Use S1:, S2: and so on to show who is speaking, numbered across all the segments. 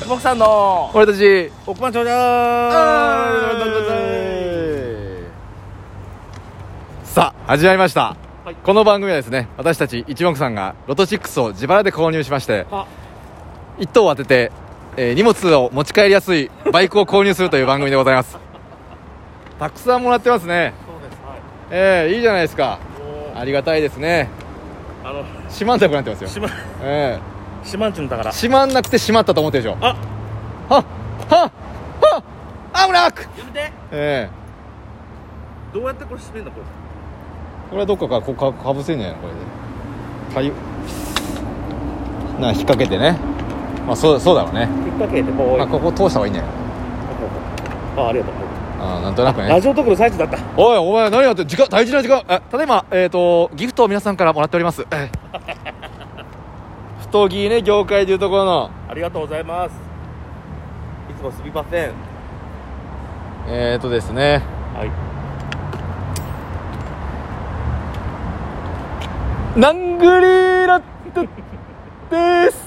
S1: 久保さんの
S2: 俺たち
S1: 億万長者
S2: さあ始まりました、
S1: はい
S2: この番組はですね私たち一目さんがロト6を自腹で購入しまして
S1: あ
S2: 1等を当てて、えー荷物を持ち帰りやすいバイクを購入するという番組でございます たくさんもらってますね
S1: そうですはい
S2: えー、いいじゃないですか
S1: もう
S2: ありがたいですね
S1: あの
S2: 閉まんなくなってますよ
S1: しま
S2: え
S1: しまんちゅんだか
S2: ー
S1: ら
S2: 閉まんなくて閉まったと思ってるでしょ
S1: あ
S2: はっはっはっ危なく
S1: やめて
S2: え
S1: どうやってこれ閉めんだこれ
S2: えこれはどっかからこうかかぶせんじゃないのこれでかゆな引っ掛けてねまあそうそうだろうね、
S1: 引っ掛けてこう
S2: まあ、ここ通した方がいいんじゃない
S1: あありがとう
S2: あーなんとなくね
S1: ラジオトークの最中だった
S2: おいお前何やってる時間大事な時間えただいまえっ、とギフトを皆さんからもらっておりますええ太着ね業界でいうところの
S1: ありがとうございますいつもすみません
S2: えっ、ー、とですね
S1: はい
S2: ナングリーラットです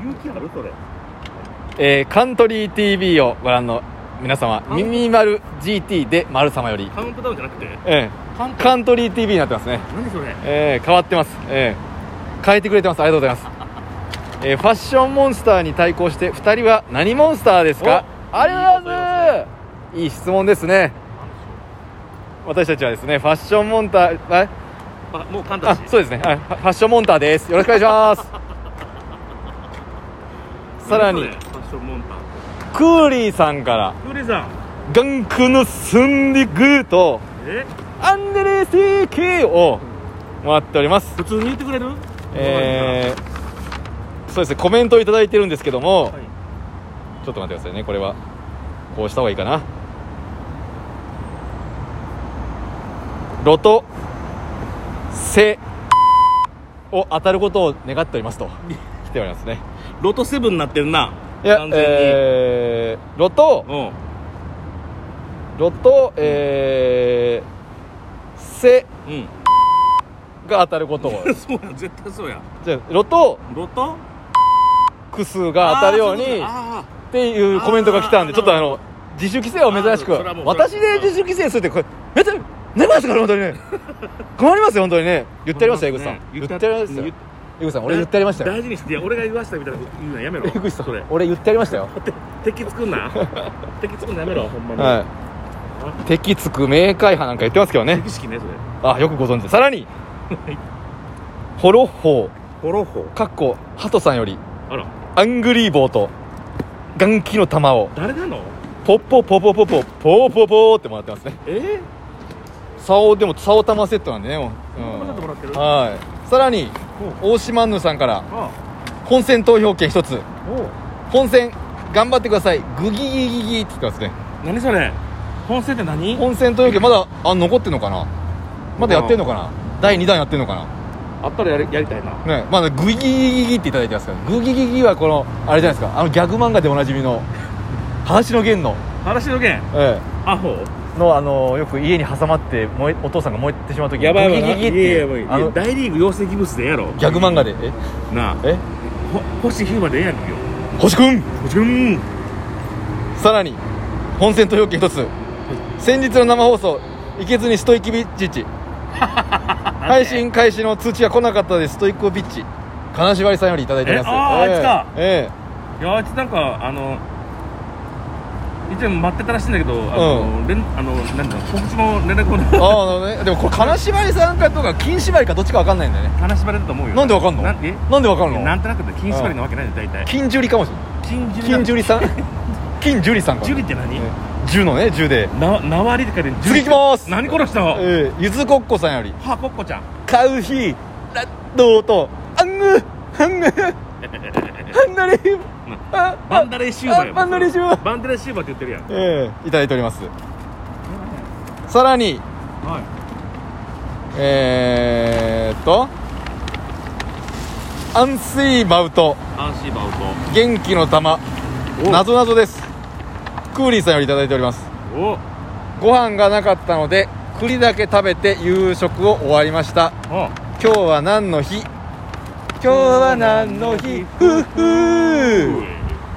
S1: 勇気あるそれ
S2: えーカントリー TV をご覧の皆様
S1: あ
S2: ミニマル GT で「丸様より
S1: カウントダウンじゃなくて」
S2: え
S1: カン
S2: えカントリー TV になってますね、
S1: 何それ
S2: ええ変わってます、ええ変えてくれてますありがとうございます、えーファッションモンスターに対抗して2人は何モンスターですか
S1: お
S2: ありがとうございますいい質問ですね私たちはですねファッションモンターあ
S1: あもうカンタ
S2: あ
S1: し
S2: そうですねはいファファッションモンターですよろしくお願いし ますさらに
S1: 何それファッションモンター
S2: クーリーさんから
S1: クーリーさん
S2: ガンクのスンディグーと
S1: え
S2: アンデレー CK をもらっております、
S1: 普通に言ってくれる
S2: えー、そうですねコメントをいただいてるんですけども、
S1: はい
S2: ちょっと待ってくださいねこれはこうした方がいいかなロトセを当たることを願っておりますと来ておりますね
S1: ロトセブンになってるない
S2: や
S1: 完全に、
S2: えー、ロト
S1: うん
S2: ロトえー、セ
S1: うん
S2: が当たることを
S1: そうや絶対そうや
S2: じゃあロト
S1: ロト
S2: ク数が当たるよう
S1: あーそい
S2: にっ
S1: ことあ
S2: ていうコメントが来たんで
S1: あー
S2: ちょっとあの自主規制は珍しく
S1: あーそれはもう
S2: 私
S1: それは
S2: で自主規制するってこれめっちゃ寝ますから本当に ね困りますよ本当にね言ってやりましたよ江口さん
S1: 言
S2: 言
S1: っ
S2: ってて
S1: や
S2: や
S1: り
S2: り
S1: ま
S2: ま
S1: し
S2: した
S1: よ
S2: たよ江口さん俺言ってやりましたよ
S1: 大事にしていや俺が言わしたみたいなこと言うのやめろ
S2: 江口さ
S1: それ
S2: ん俺言ってやりましたよ
S1: て敵作 んな敵作んのやめろほんまに、
S2: はい敵つく明快派なんか言ってますけどね
S1: 敵式ねそれ
S2: あよくご存知でさらにホロッホ
S1: ホロホ
S2: ーかっこハトさんより
S1: あら
S2: アングリーボーと元気の玉を
S1: 誰なの
S2: ポッポポポポポポーポポーってもらってますね
S1: え
S2: 竿でも竿玉セットなんでねもう、
S1: こんなのもらってる
S2: はいさらに大島ヌさんから
S1: あ
S2: 本選投票券一つ
S1: おう
S2: 本選頑張ってくださいグギギギギって言ってますね
S1: 何それ本戦って何
S2: 本選投票券まだあ残ってんのかなまだやってんのかな第2弾やってんのかな
S1: あったらやりやりたいな
S2: ねまだグギギギギっていただいてますからグギギギはこのあれじゃないですかあのギャグ漫画でおなじみの話の弦の
S1: 話のけん
S2: え
S1: アホ
S2: えのあのよく家に挟まって燃えお父さんが燃えてしまう時
S1: やばいわ
S2: グギ
S1: な
S2: ギギって
S1: いやいや
S2: い
S1: もういうい
S2: あのギ
S1: 大リーグ養成技物でやろ
S2: ャグ漫画でえ
S1: なあ
S2: え
S1: ほ星ヒューマンでええやんけよ
S2: 星くん
S1: 星君
S2: さらに本戦投票券一つ先日の生放送いけずにストイキビッチッチ配信開始の通知が来なかったですストイコビッチ金縛りさんよりいただいております
S1: えあー
S2: ええ
S1: あいつか
S2: え
S1: いやあいつなんかあの一応待ってたらしいんだけどあの、連あのなんだ告知も連絡も
S2: えああなるほどねでもこれ金縛りさんかとか金縛りかどっちか分かんないんだよね
S1: 話しばれたと思うよ
S2: なんで分かんの
S1: な
S2: なん
S1: え
S2: んで分かん
S1: な
S2: の
S1: んとなくで金縛りなわけないじゃん大体
S2: 金樹里かもしれ
S1: 金樹
S2: ない金樹里さん 金樹里さんかも
S1: 樹里って何、
S2: ええ銃のね銃で
S1: な縄りって書いて樹
S2: 次行きます
S1: 何殺したの、
S2: ええゆずこっこさんより
S1: はあコッコちゃん
S2: カウヒーラッドーとアングアングハンガリーあ
S1: バンダレーシューバーや
S2: あバンダレーシューバー
S1: バンダレーシューバーって言ってるやん
S2: ええいただいておりますさらに
S1: はい
S2: えー、っと安水マウト
S1: アンシーバー
S2: 元気の玉
S1: お
S2: なぞなぞですクーリーさんよりいただいております
S1: おお
S2: ご飯がなかったので栗だけ食べて夕食を終わりました
S1: お
S2: 今日は何の日今日は何の日ふっふー
S1: う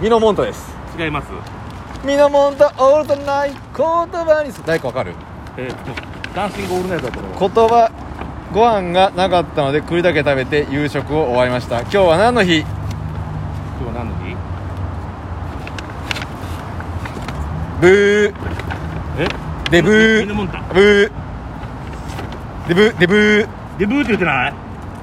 S2: ミノモンタです
S1: 違います
S2: ミノモンタオールトナイト言葉にす誰かわかる
S1: えー、とダンシングオールナイトだと思います
S2: 言葉ご飯がなかったので栗だけ食べて夕食を終わりました今日は何の日
S1: 今日は何の日
S2: ブー
S1: え
S2: デブー
S1: ミノモンタ
S2: ブーデブーデブー
S1: デブーって言ってない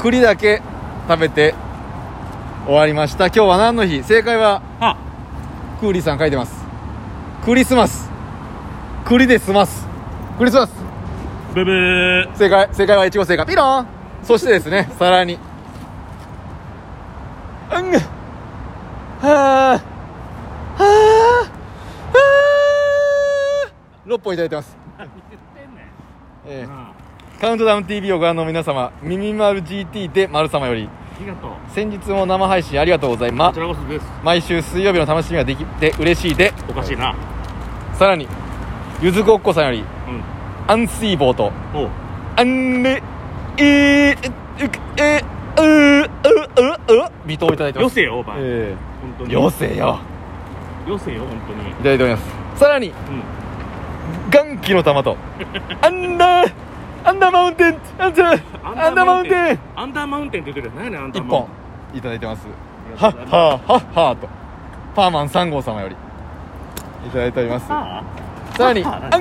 S2: 栗だけ食べて終わりました今日は何の日正解は
S1: あ
S2: クーリーさん書いてますクリスマス栗で済ますクリスマス
S1: ブブー
S2: 正解正解はイチゴ正解ピロンそしてですねさらにうんはあはあはあ6本いただいてます、
S1: 何言ってんねん
S2: えー
S1: あ
S2: カウントダウン TV をご覧の皆様「ミミマル GT」で丸様より
S1: りがとう
S2: 先日も生配信ありがとうございま
S1: こちらこそです
S2: 毎週水曜日の楽しみができて嬉しいで
S1: おかしいな
S2: さらにゆずごっこさんより
S1: うん
S2: アンシーボーと
S1: おう
S2: あんねえー、ええううううう未答いただいてま
S1: よ
S2: す
S1: せよお前、
S2: え
S1: 本当
S2: え
S1: に
S2: よせよ
S1: よせよ本当に
S2: いただいておりますさらに
S1: うん
S2: 元気の玉とアンダーアンダーマウンテンアンダーアンダーマウンテン
S1: アンダーマウンテンって言ってるやつ何やねんアンダ
S2: 一
S1: ーマウン
S2: 本いただいてます
S1: テン
S2: はっはーはっはーとパーマン3号様よりいただいております
S1: は
S2: さらに
S1: はっは
S2: アンガハ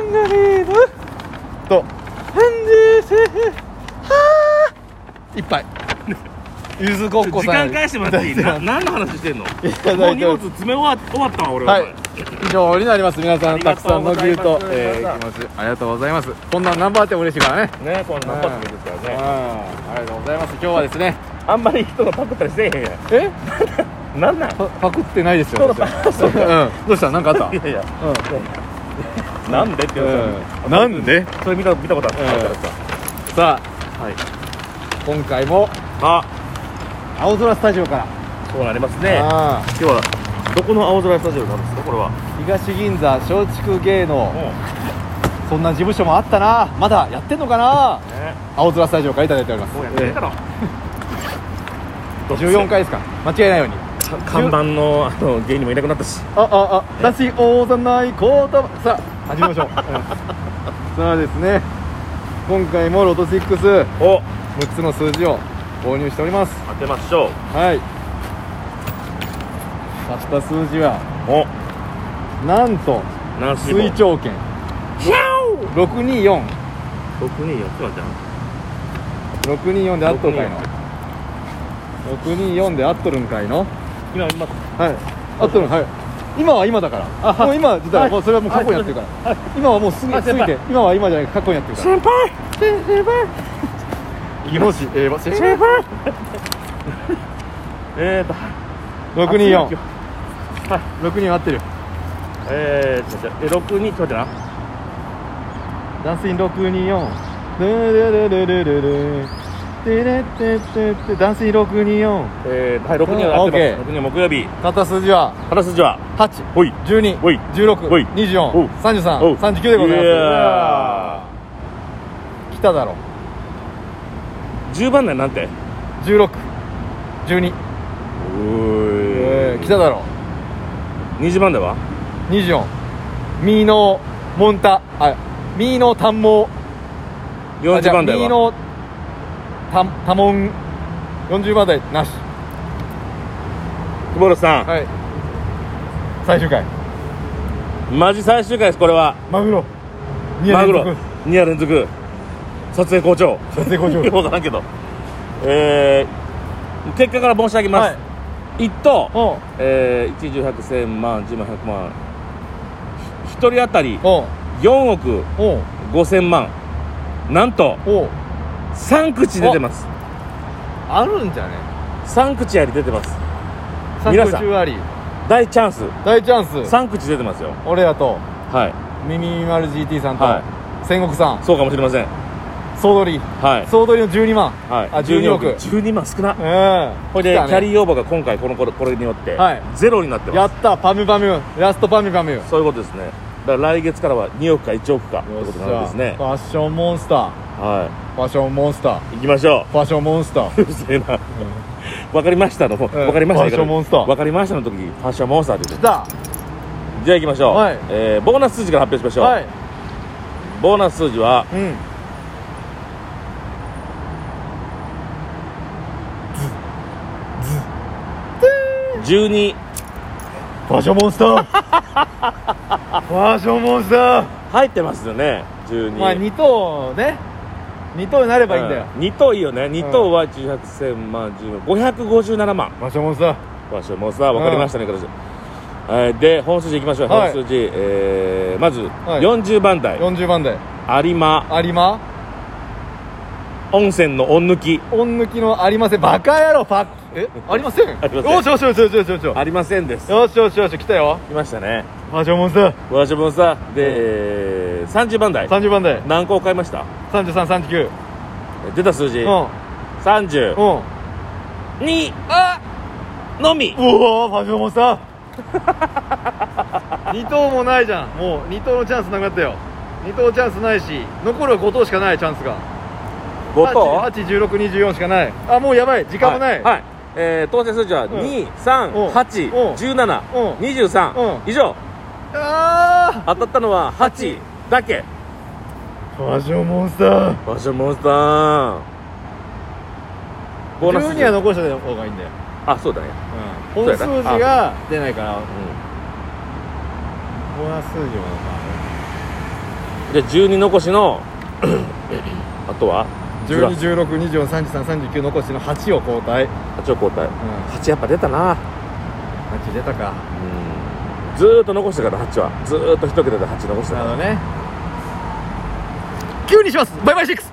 S2: ンガリーズとハンデーセーはー一 杯ゆずごっこ
S1: 時
S2: さん
S1: 間
S2: より
S1: 返してもらっていい
S2: いただ
S1: ない
S2: て
S1: 何の話してんの
S2: いた
S1: も
S2: だ
S1: う
S2: い
S1: 荷
S2: てま
S1: 物
S2: す
S1: 詰め終わ終わったわ俺
S2: はい
S1: お前
S2: 以上になります皆さ
S1: あ
S2: ん
S1: り
S2: た
S1: が
S2: くさ
S1: と
S2: ん
S1: う
S2: の
S1: ござい
S2: 牛
S1: ます
S2: と、えー、いきますありがとうございますこんなナンバーあっても嬉しいからね
S1: ねこの
S2: ナ
S1: 何
S2: ンパ
S1: 発
S2: って
S1: 目
S2: こ
S1: ですから
S2: うん
S1: ね
S2: ありがとうございます今日はですね
S1: あんまり人がパクったりせえへんや
S2: え
S1: んなんなん
S2: パパクってないですよ
S1: そうだ
S2: 私はうんど うしたなんかあった
S1: いやいや
S2: うん
S1: なんでって言われたら
S2: うんなんで
S1: それ見た見たことあったからさ
S2: さ
S1: はい
S2: あ今回も
S1: あ
S2: 青空スタジオから、
S1: そうなりますね
S2: ああ
S1: 今日はどこの青空スタジオなんですかこれは
S2: 東銀座松竹芸能
S1: う
S2: そんな事務所もあったなまだやってんのかなん
S1: ね
S2: 青空スタジオからいただいております
S1: もうやってるだろ
S2: 14回ですか間違えないように
S1: か看板のあの芸人もいなくなったし
S2: あああだし大ざないこうたさあ始め ましょう、うんさあですね今回もロト66
S1: お
S2: つの数字を購入しております
S1: 当てましょう
S2: はい買った数字は
S1: お
S2: なんと
S1: 何し
S2: 水長券624624
S1: 六人四つはじゃん
S2: であっとるかいの624であっとるんかいの
S1: 今今
S2: はい。あったの、はい。今は今だから。もう今、だから、もうそれはもう過去にやってるから。今はもうすぐ、過
S1: あ
S2: ぎ
S1: 先輩
S2: て、今は今じゃない、過去にやってるから。
S1: 先輩
S2: 先輩。日本史、ええ、先輩。
S1: 輩えーと
S2: 六二四
S1: あ。
S2: 六人合ってる。
S1: えーちょっと待ってえ六二ちょっと待ってな
S2: ダンスイン六二四。ルルルルルルル。てれってってって、ダンスイン六二四。
S1: えーはい六二
S2: うん
S1: は合っ
S2: オッ
S1: て
S2: ケー
S1: ます六二木曜日
S2: 買った数字は
S1: 話すじゃ
S2: 八。
S1: ほい
S2: 十二
S1: おい。
S2: 十六
S1: おい。
S2: 二十
S1: おう
S2: 四。三十
S1: おう
S2: 三。三十九でございます
S1: いや。
S2: 来ただろ
S1: 十番台なんて
S2: 十六。十二。
S1: お
S2: えー来ただろ
S1: 二十番台は
S2: 24ミーノーモンタあミーノータンモー
S1: 四十番台
S2: ミー
S1: は
S2: ノータンタモン40番台なし
S1: 久保田さん
S2: はい最終回
S1: マジ最終回ですこれは
S2: マグロ2
S1: マグロ2夜連続撮影好調
S2: 撮影好調
S1: よくわからんけどえー、結果から申し上げます、一等
S2: おう
S1: えー、1 1 0 0 1 0万10万100万ひ一人当たり
S2: おう
S1: 4億
S2: おう
S1: 5000万なんと
S2: おう
S1: 3口出てます
S2: あるんじゃね
S1: 3口やり出てます皆
S2: 作
S1: さん
S2: 中あり
S1: 大チャンス
S2: 大チャンス
S1: 3口出てますよ
S2: 俺らと
S1: はい
S2: ミミミマル GT さんと、
S1: は
S2: 戦国さん
S1: そうかもしれません
S2: 総取り
S1: はい、
S2: 総取りの12万
S1: はい、
S2: あ12億
S1: 12万少 な
S2: うん
S1: これで、
S2: 来たね
S1: キャリーオーバーが今回このこれこれによって、
S2: はい
S1: ゼロになってます
S2: やったパムパムラストパムパムよ
S1: そういうことですね。だから来月からは2億か1億かってことなんですね
S2: フ。ァッションモンスター
S1: は
S2: ファッションモンスター
S1: い。行きましょ
S2: ファッションモンスター
S1: う。うるせえな。わかりましたの方、
S2: うん
S1: わかりました
S2: ファッションモンスター
S1: わかりましたの時ファッションモンスターって言
S2: 来
S1: って
S2: た
S1: じゃあ行きましょう、
S2: はい
S1: えーボーナス数字から発表しましょう、
S2: はい
S1: ボーナス数字は
S2: うん
S1: 12
S2: ファッションモンス ターファッションモンスター
S1: 入ってますよね12
S2: まあ2等ね2等になればいいんだよ、
S1: うん、2等いいよね2等は18千万10 557万
S2: ファッションモンスター
S1: わしもうさ分かりましたね、形えーで本数字いきましょう、
S2: はい
S1: 本数字、えーまず、
S2: い
S1: 40番台
S2: 40番台
S1: 有馬
S2: 有馬
S1: 温泉の温抜き
S2: おん抜きのありませんバカ野郎パッえありませ ん
S1: ありません
S2: よしよしよしよしよしよしよし
S1: ありませんです
S2: よしよしよし来たよ
S1: 来ましたね
S2: ファッションモンスター
S1: わしもさで、えー30番台
S2: 30番台
S1: 何個買いました
S2: 3339
S1: 出た数字、
S2: うん
S1: 32
S2: うんあ
S1: のみ
S2: うわファッションモンス ター2等もないじゃんもう2等のチャンスなくなったよ2等チャンスないし残るは5等しかないチャンスが
S1: 5等はい
S2: 81624しかないあもうやばい時間もない、
S1: はいえー当選数字は
S2: うんうんうんうん
S1: 2381723
S2: う
S1: 以上
S2: あ
S1: 当たったのは8だけ
S2: ーファッションモンスター
S1: わしもさボーナス
S2: 12は残してた方がいいんだよ、
S1: あそうだね
S2: う
S1: そ
S2: ん、
S1: うや
S2: 本
S1: な
S2: 数字が出ないから
S1: う
S2: ボーナス数字も
S1: んで12残しの あとは
S2: 1 2 1 6 2 4 3 3 3 9残しの8を交代、うん、
S1: 8を交代8やっぱ出たな
S2: 8出たか
S1: うんずーっと残してたから8はずーっと一桁で8残して
S2: な
S1: た
S2: るほどね9にしますバイバイシックス